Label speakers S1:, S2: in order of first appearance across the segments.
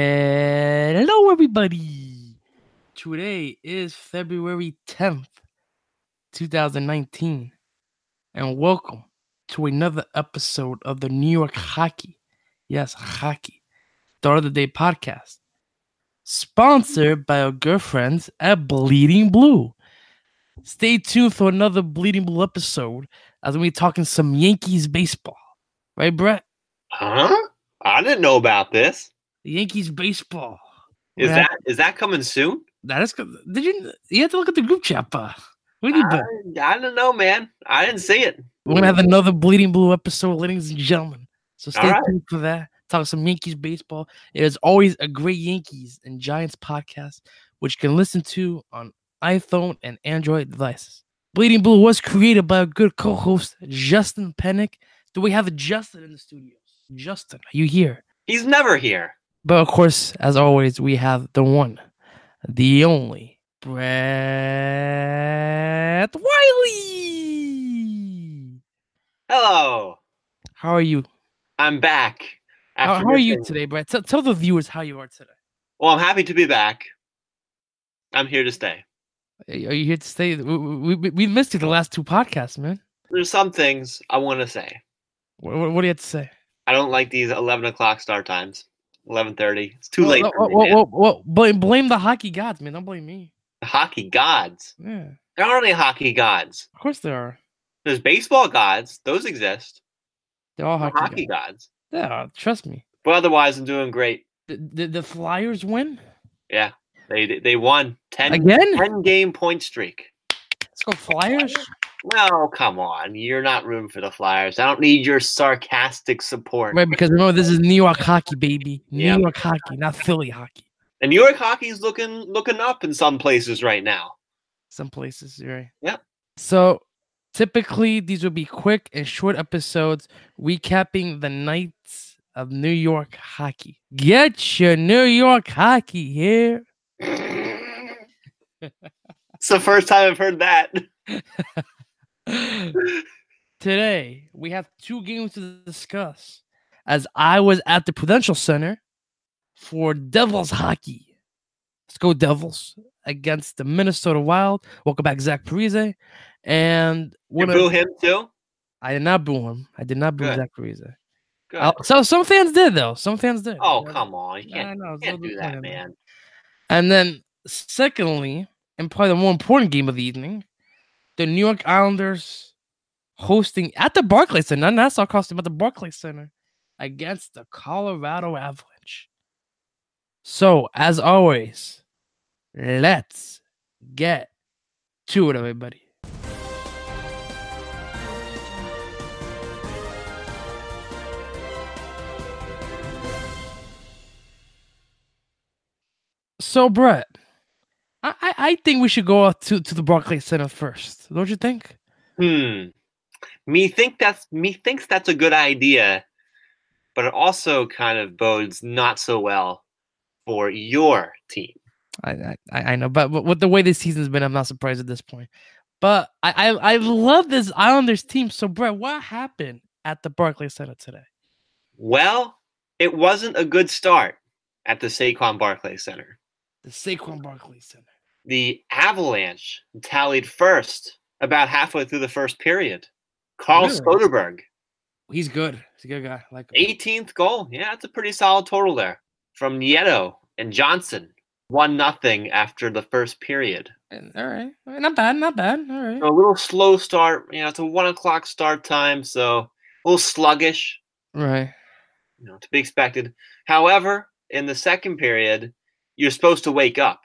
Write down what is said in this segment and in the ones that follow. S1: Hello, everybody. Today is February 10th, 2019, and welcome to another episode of the New York Hockey, yes, Hockey, Start of the Day podcast, sponsored by our good friends at Bleeding Blue. Stay tuned for another Bleeding Blue episode as we're talking some Yankees baseball. Right, Brett?
S2: Huh? I didn't know about this.
S1: Yankees baseball.
S2: Is
S1: Yeah.
S2: that is that coming soon?
S1: That is good. Did you? You have to look at the group chat, pa. We need
S2: I,
S1: that.
S2: I don't know, man. I didn't see it.
S1: We're gonna have another bleeding blue episode, ladies and gentlemen. So stay
S2: Alright.
S1: tuned for that. Talk some Yankees baseball. It is always a great Yankees and Giants podcast, which you can listen to on iPhone and Android devices. Bleeding Blue was created by our good co-host Justin Pennick. Do we have a Justin in the studio? Justin, are you here?
S2: He's never here.
S1: But of course, as always, we have the one, the only Brett Wiley.
S2: Hello.
S1: How are you?
S2: I'm back.
S1: How,
S2: after
S1: how are you
S2: missing-
S1: today, Brett? Tell, tell the viewers how you are today.
S2: Well, I'm happy to be back. I'm here to stay.
S1: Are you are you here to stay? We, we, we- we missed you the last two podcasts, man.
S2: There's some things I want to say.
S1: What, what, what do you have to say?
S2: I don't like these 11 o'clock start times. 11:30. It's too
S1: Oh,
S2: late.
S1: oh,
S2: for me,
S1: oh,
S2: man.
S1: oh, oh, blame, blame the hockey gods, man. Don't blame me.
S2: Hockey gods.
S1: Yeah,
S2: There aren't any hockey gods.
S1: of course there are.
S2: There's baseball gods. Those exist.
S1: They're all
S2: Hockey,
S1: hockey, gods.
S2: gods.
S1: Yeah, trust me.
S2: But otherwise, I'm doing great.
S1: The, the, the Flyers win
S2: They they won 10
S1: again.
S2: 10 game point streak.
S1: Let's go Flyers.
S2: No, come on. You're not room for the Flyers. I don't need your sarcastic support.
S1: Right, because remember this is New York hockey, baby. New
S2: Yeah.
S1: York hockey, not Philly hockey.
S2: And New York hockey's looking looking up in some places right now.
S1: Some places, you're right?
S2: Yep.
S1: So typically these will be quick and short episodes recapping the nights of New York hockey. Get your New York hockey here.
S2: it's the first time I've heard that.
S1: Today we have two games to discuss. As I was at the Prudential Center for Devils hockey. Let's go Devils against the Minnesota Wild. Welcome back, Zach Parise. And
S2: You
S1: one of-
S2: boo him too?
S1: I did not boo him. I did not boo
S2: Good.
S1: Zach Parise.
S2: Good.
S1: Uh, So some fans did though. Some fans did.
S2: oh,
S1: Yeah,
S2: come on. You
S1: yeah, I
S2: can't,
S1: know,
S2: you
S1: it's
S2: can't
S1: no
S2: do
S1: point
S2: that,
S1: in
S2: man.
S1: And then secondly, and probably the more important game of the evening, the New York Islanders hosting at the Barclays Center, not Nassau Coliseum, but the Barclays Center against the Colorado Avalanche. So as always, let's get to it, everybody. So, Brett, I, I, I think we should go out to, to the Barclays Center first. Don't you think?
S2: Hmm. Me think that's me thinks that's a good idea, but it also kind of bodes not so well for your team.
S1: I I, I I know, but, but with the way this season's been, I'm not surprised at this point. But I, I, I love this Islanders team. So, Brett, what happened at the Barclays Center today?
S2: Well, it wasn't a good start at the Saquon Barclay Center.
S1: The Saquon Barclays Center.
S2: The Avalanche tallied first about halfway through the first period. Carl
S1: Really?
S2: Soderberg,
S1: He's good. He's a good guy. I Like him.
S2: 18th goal. Yeah, that's a pretty solid total there. From Nieto and Johnson, 1 nothing after the first period.
S1: And- All right. All right, Not bad. Not bad. All right.
S2: So a little slow start. You know, it's a 1 o'clock start time, so a little sluggish.
S1: Right.
S2: you know, to be expected. However, in the second period, you're supposed to wake up.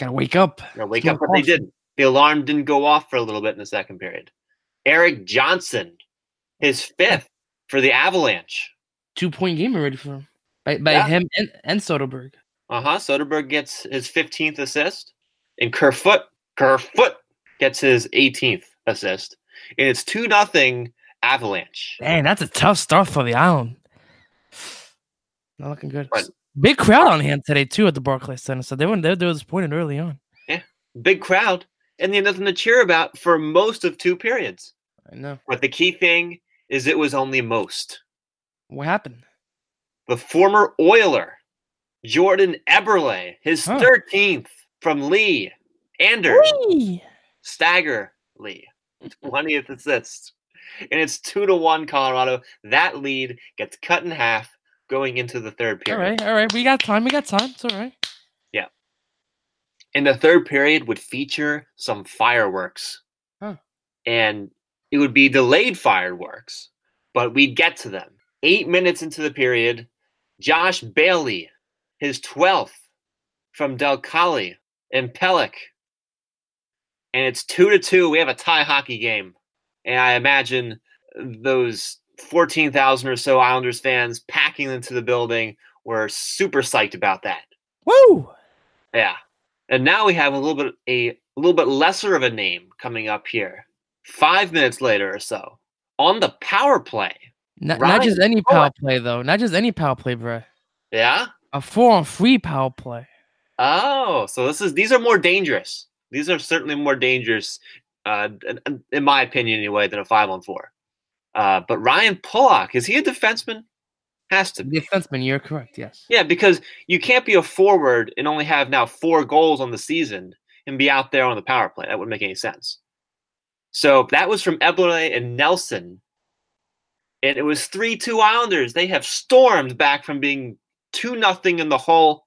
S1: Gotta wake up.
S2: You know, wake
S1: Smell
S2: up, but they
S1: coffee.
S2: didn't. The alarm didn't go off for a little bit in the second period. Eric Johnson, his fifth for the Avalanche.
S1: Two point game already for him. By, by
S2: Yeah.
S1: him and, and Soderberg.
S2: Uh huh. Soderberg gets his 15th assist, and Kerfoot, Kerfoot gets his 18th assist, and it's two nothing Avalanche.
S1: Man, that's a tough start for the Island. Not looking good.
S2: But-
S1: Big crowd on hand today too at the Barclays Center, so they were they, they were disappointed early on.
S2: Big crowd, and they had nothing to cheer about for most of two periods.
S1: I know
S2: But the key thing is, it was only most.
S1: what happened.
S2: the former Oiler, Jordan Eberle, his
S1: Huh.
S2: 13th from Lee. Anders
S1: Whee!
S2: Stagger Lee, 20th assist. And it's two to one Colorado. That lead gets cut in half going into the third
S1: All
S2: period.
S1: right, all right. We got time. We got time. It's all right.
S2: And the third period would feature some fireworks.
S1: Huh.
S2: And it would be delayed fireworks, but we'd get to them. Eight minutes into the period, Josh Bailey, his 12th from Del Cali and Pellick. And it's two to two. We have a tie hockey game. And I imagine those 14,000 or so Islanders fans packing into the building were super psyched about that.
S1: Woo!
S2: Yeah. And now we have a little bit a, little bit lesser of a name coming up here. Five minutes later or so. On the power play.
S1: Not,
S2: Ryan
S1: not just any
S2: Cohen.
S1: power play though. Not just any power play, bro.
S2: Yeah?
S1: A four on three power play.
S2: Oh, so this is these are more dangerous. These are certainly more dangerous, uh, in, in my opinion anyway, than a five on four. Uh, but Ryan Pollock, is he a defenseman? Has to be.
S1: Defenseman, you're correct. Yes.
S2: Yeah, because you can't be a forward and only have now four goals on the season and be out there on the power play. That wouldn't make any sense. So that was from Eberle and Nelson. And it was 3 2 Islanders. They have stormed back from being 2 nothing in the hole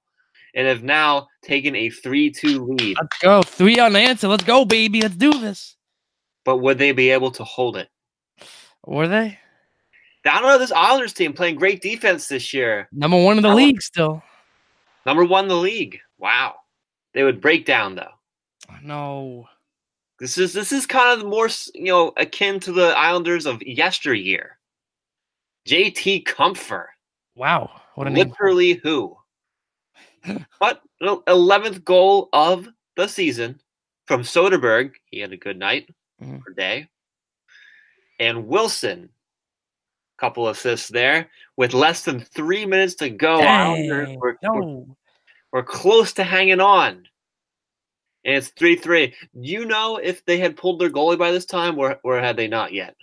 S2: and have now taken a 3 2 lead.
S1: Let's go. Three on the answer. Let's go, baby. Let's do this.
S2: But would they be able to hold it?
S1: Were they
S2: I don't know. This Islanders team playing great defense this year.
S1: number one in the
S2: I would-
S1: league still?
S2: Number one in the league. Wow. They would break down, though.
S1: No.
S2: This is this is kind of more s- you know akin to the Islanders of yesteryear. JT Comfer,
S1: Wow. What a name.
S2: literally who? but eleventh goal of the season from Soderberg. He had a good night
S1: Mhm.
S2: or day. And Wilson, couple assists there with less than three minutes to go. Islanders
S1: Dang,
S2: were- were
S1: No.
S2: we're close to hanging on. And it's 3 3. You know if they had pulled their goalie by this time or, or had they not yet?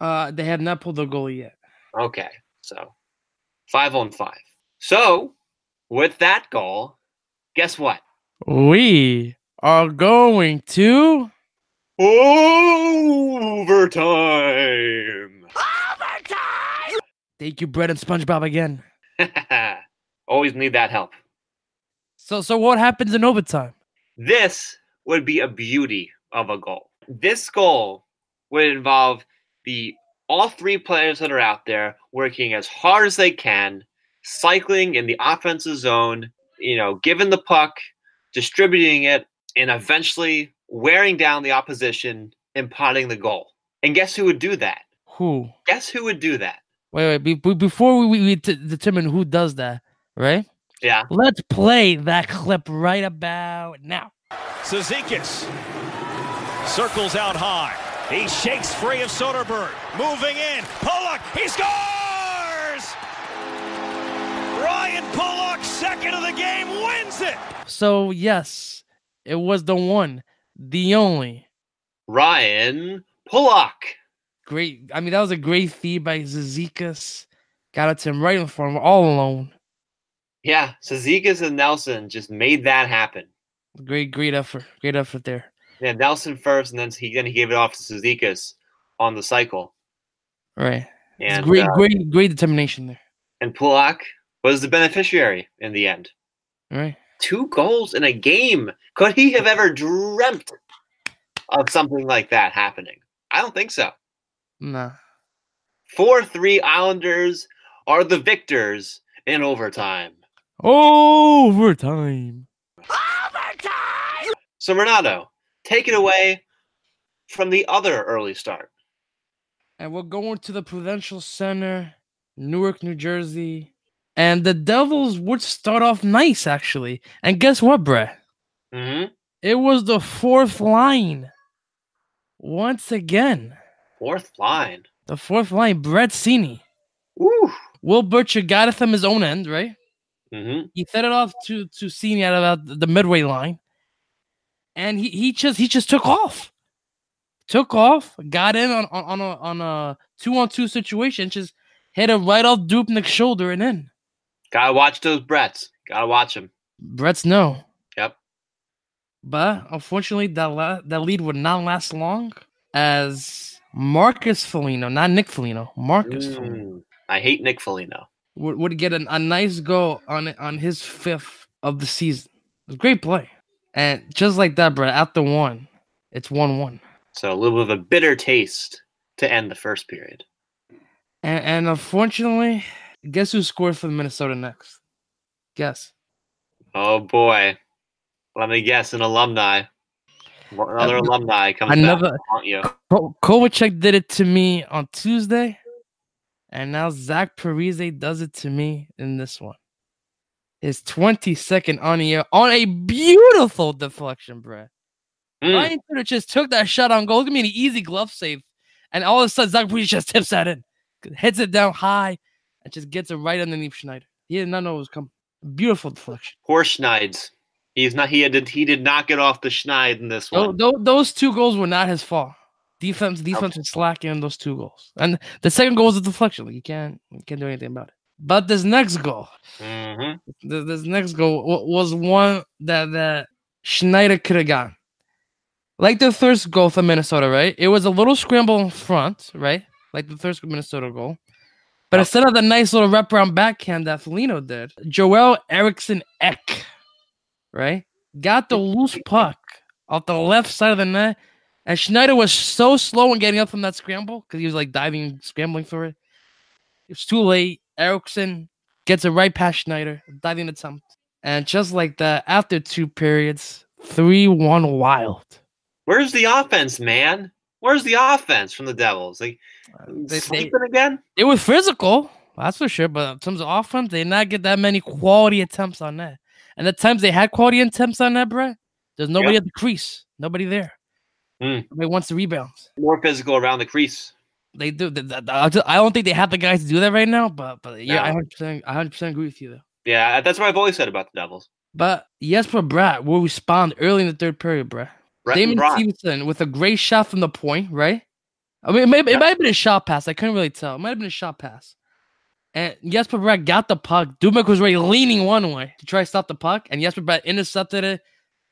S1: Uh, they had not pulled the goalie yet.
S2: Okay. So 5 on 5. So with that goal, guess what?
S1: We are going to
S2: Overtime.
S1: thank you, Bread and SpongeBob again.
S2: Always need that help.
S1: So, so what happens in overtime?
S2: This would be a beauty of a goal. This goal would involve the all three players that are out there working as hard as they can, cycling in the offensive zone, you know, giving the puck, distributing it, and eventually wearing down the opposition and potting the goal. And guess who would do that?
S1: Who?
S2: Guess who would do that?
S1: Wait, wait. Be, be- before we, we, we t- determine who does that, right?
S2: Yeah.
S1: Let's play that clip right about now.
S3: Sezikis circles out high. He shakes free of Soderberg. Moving in. Pollock. He scores! Ryan Pollock, second of the game, wins it!
S1: So yes, it was the one, the only.
S2: Ryan Pollock.
S1: Great. I mean, that was a great feed by Zizekas. Got it to him right in front of him, all alone.
S2: Yeah, Sazikas and Nelson just made that happen.
S1: Great, great effort. Great effort there.
S2: Yeah, Nelson first, and then he then he gave it off to Suzikas on the cycle.
S1: All right. It's
S2: And
S1: great,
S2: uh,
S1: great, great determination there.
S2: and Pulak was the beneficiary in the end.
S1: All right.
S2: Two goals in a game. Could he have ever dreamt of something like that happening? I don't think so.
S1: Nah.
S2: Four three Islanders are the victors in overtime.
S1: Overtime.
S2: So Renato, take it away from the other early start.
S1: And we're going to the Prudential Center, Newark, New Jersey. And the Devils would start off nice, actually. And guess what, bruh?
S2: hmm
S1: It was the fourth line. Once again,
S2: Fourth line.
S1: the fourth line, Brett Sini.
S2: Woo.
S1: Will Butcher got it from his own end, right?
S2: hmm
S1: He fed it off to to Sini at about the midway line, and he he just he just took off, took off, got in on on, on a on a two on two situation, just hit him right off Dubnik's shoulder and in.
S2: Gotta watch those Bretts. Gotta watch him.
S1: Brett's no.
S2: Yep.
S1: But unfortunately, that la- that lead would not last long as Marcus Foligno, not Nick Foligno, Marcus Foligno,
S2: Mm. I hate Nick Foligno.
S1: would, would get an, a nice goal on on his fifth of the season. It was a great play. And just like that, Brett, after one, it's 1 1.
S2: So a little bit of a bitter taste to end the first period.
S1: And, and unfortunately, guess who scored for Minnesota next? Guess.
S2: Oh boy. Let me guess, an alumni. Another
S1: Uh,
S2: alumni comes
S1: Another.
S2: back to haunt you.
S1: Ko- Kovacic did it to me on Tuesday, and now Zach Parise does it to me in this one. His 22nd on the air on a beautiful deflection, Brett.
S2: Mm,
S1: Ryan Tudor just took that shot on goal. Give me an easy glove save, and all of a sudden Zach Parise just tips that in, hits it down high, and just gets it right underneath Schneider. He did not know it was coming. Beautiful deflection.
S2: poor Schneids. He's not he did he did not get off the Schneid in this
S1: Tho-
S2: one.
S1: tho- those two goals were not his fault. Defense, defense was slacking in those two goals, and the second goal was a deflection. Like you can't, you can't do anything about it. But this next goal,
S2: hmm
S1: th- this next goal wa- was one that that Schneider could have gotten. Like the first goal for Minnesota, right? It was a little scramble in front, right? Like the first Minnesota goal. But
S2: Yep.
S1: instead of the nice little wraparound backhand that Felino did, Joel Erickson Eck, right, got the loose puck off the left side of the net. And Schneider was so slow in getting up from that scramble because he was like diving, scrambling for it. It was too late. Erickson gets it right past Schneider, diving attempt. And just like that, after two periods, 3 1 wild.
S2: Where's the offense, man? Where's the offense from the Devils? Like
S1: They, they,
S2: sleeping again?
S1: they were physical, that's for sure. But in terms of offense, they did not get that many quality attempts on that. And the times they had quality attempts on that, Brett, there's nobody at the crease, nobody there.
S2: Hmm.
S1: Nobody wants the rebounds.
S2: More physical around the crease.
S1: They do. th- th- I ju- I don't think they have the guys to do that right now. But but yeah, I
S2: No.
S1: 100 I 100% agree with you though.
S2: Yeah, that's what I've always said about the Devils.
S1: But Jesper Bratt will respond early in the third period, bruh.
S2: Brett and
S1: Damon
S2: Brock.
S1: Stevenson with a great shot from the point, right? I mean, it, may, it
S2: Yeah.
S1: might have been a shot pass. I couldn't really tell. It might have been a shot pass. And Jesper Bratt got the puck. Dubnik was already leaning one way to try to stop the puck, and Jesper Bratt intercepted it,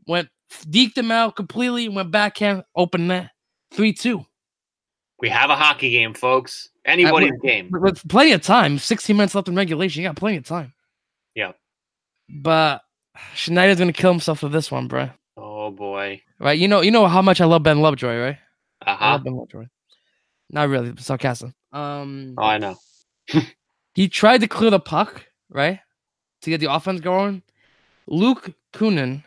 S1: went deked him out completely, went backhand, open net, three two
S2: We have a hockey game, folks. Anybody's game.
S1: with, with plenty of time. Sixteen minutes left in regulation. You got plenty of time.
S2: Yeah.
S1: But Schneider's gonna kill himself with this one, bro.
S2: Oh boy.
S1: Right? You know, you know how much I love Ben Lovejoy, right?
S2: Uh
S1: I
S2: huh.
S1: love Ben Lovejoy. Not really, but sarcasm. Um,
S2: Oh, I know.
S1: he tried to clear the puck, right, to get the offense going. Luke Kunin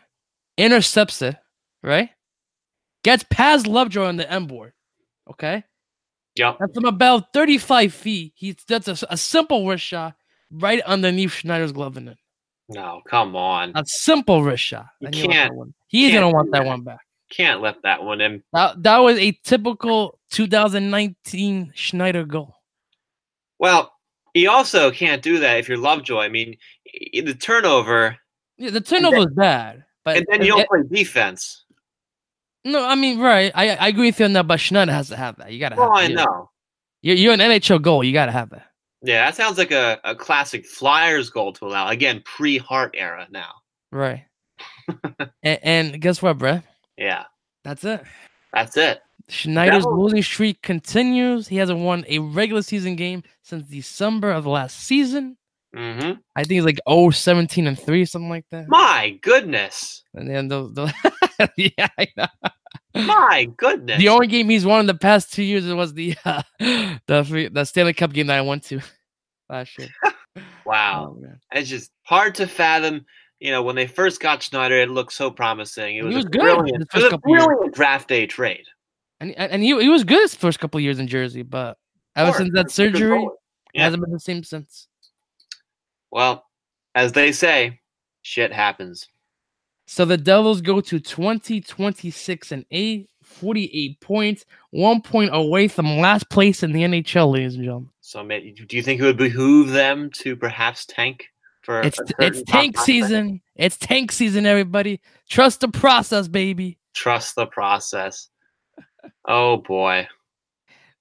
S1: intercepts it, right? Gets past Lovejoy on the end board, okay?
S2: Yep.
S1: And from about 35 feet, he that's a, a simple wrist shot right underneath Schneider's glove and in.
S2: No, come on.
S1: A simple wrist shot.
S2: You
S1: And he wants that
S2: can't-
S1: one. He's
S2: can't
S1: gonna want
S2: do
S1: that
S2: that.
S1: one back.
S2: Can't let that one in.
S1: That, that was a typical 2019 Schneider goal.
S2: Well, you also can't do that if you're Lovejoy. I mean, i- the turnover,
S1: Yeah, the turnover was bad, but
S2: and then you
S1: Uh, it-
S2: don't play defense.
S1: No, I mean, right. I, I agree with you on that, but Schneider has to have that. You gotta have
S2: Oh, I
S1: that.
S2: know.
S1: You're, you're an NHL goal. You gotta have that.
S2: Yeah, that sounds like a, a classic Flyers goal to allow. Again, pre Hart era now.
S1: Right. and, and guess what, bruh?
S2: Yeah,
S1: That's it.
S2: that's it.
S1: Schneider's
S2: That
S1: losing streak continues. He hasn't won a regular season game since December of last season.
S2: hmm
S1: I think it's like oh seventeen and 3, something like that.
S2: My goodness.
S1: And then those, those yeah, I know.
S2: My goodness.
S1: The only game he's won in the past two years was the uh, the free- the Stanley Cup game that I went to last year.
S2: wow.
S1: Oh, man.
S2: It's just hard to fathom. You know, when they first got Schneider, it looked so promising. It
S1: He
S2: was,
S1: was
S2: a
S1: good
S2: brilliant,
S1: the
S2: it was
S1: first
S2: a
S1: couple years.
S2: brilliant draft day trade.
S1: and and and he he was good his first couple years in Jersey, but ever
S2: Sure,
S1: since that
S2: it's a good
S1: surgery,
S2: goal.
S1: it
S2: Yeah.
S1: hasn't been the same since.
S2: Well, as they say, shit happens.
S1: So the Devils go to 20, 26, and 8, 48 points, one point away from last place in the NHL, ladies and gentlemen.
S2: So, ma- do you think it would behoove them to perhaps tank for?
S1: It's
S2: a
S1: it's
S2: certain top
S1: tank
S2: prospect?
S1: season. It's tank season, everybody. Trust the process, baby.
S2: Trust the process. Oh boy.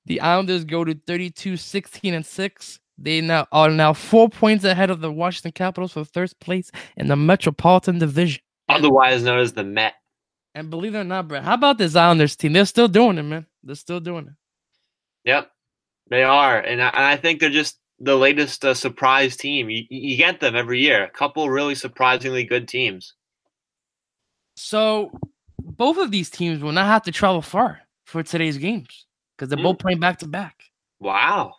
S1: The Islanders go to 32, 16, and 6, They now are now four points ahead of the Washington Capitals for first place in the Metropolitan Division.
S2: Otherwise known as the Met.
S1: And believe it or not, Brett, how about this Islanders team? They're still doing it, man. They're still doing it.
S2: Yep, they are, and I, and I think they're just the latest uh, surprise team. You, you get them every year. A couple really surprisingly good teams.
S1: So both of these teams will not have to travel far for today's games because they're
S2: Mm.
S1: both playing back to back.
S2: Wow.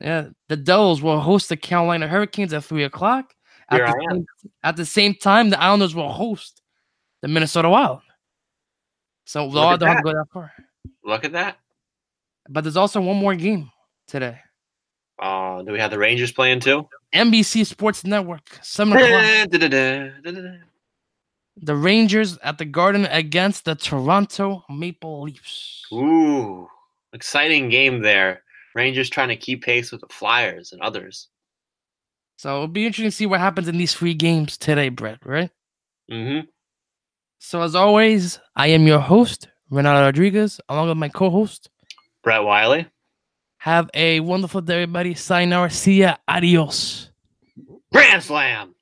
S1: Yeah, the Devils will host the Carolina Hurricanes at three o'clock. At
S2: Here
S1: the,
S2: I
S1: same, at the same time, the Islanders will host the Minnesota Wild. So
S2: at
S1: Law don't have to
S2: that.
S1: go that far.
S2: Look at that.
S1: But there's also one more game today.
S2: Oh, do we have the Rangers playing too?
S1: NBC Sports Network, seven o'clock.
S2: That's
S1: the Rangers at the Garden against the Toronto Maple Leafs.
S2: Ooh, exciting game there. Rangers trying to keep pace with the Flyers and others.
S1: So it'll be interesting to see what happens in these three games today, Brett. Right.
S2: Mm-hmm.
S1: So as always, I am your host, Renato Rodriguez, along with my co-host.
S2: Brett Wiley.
S1: Have a wonderful day, everybody. Sayonara. See ya. Adios.
S2: Grand Slam.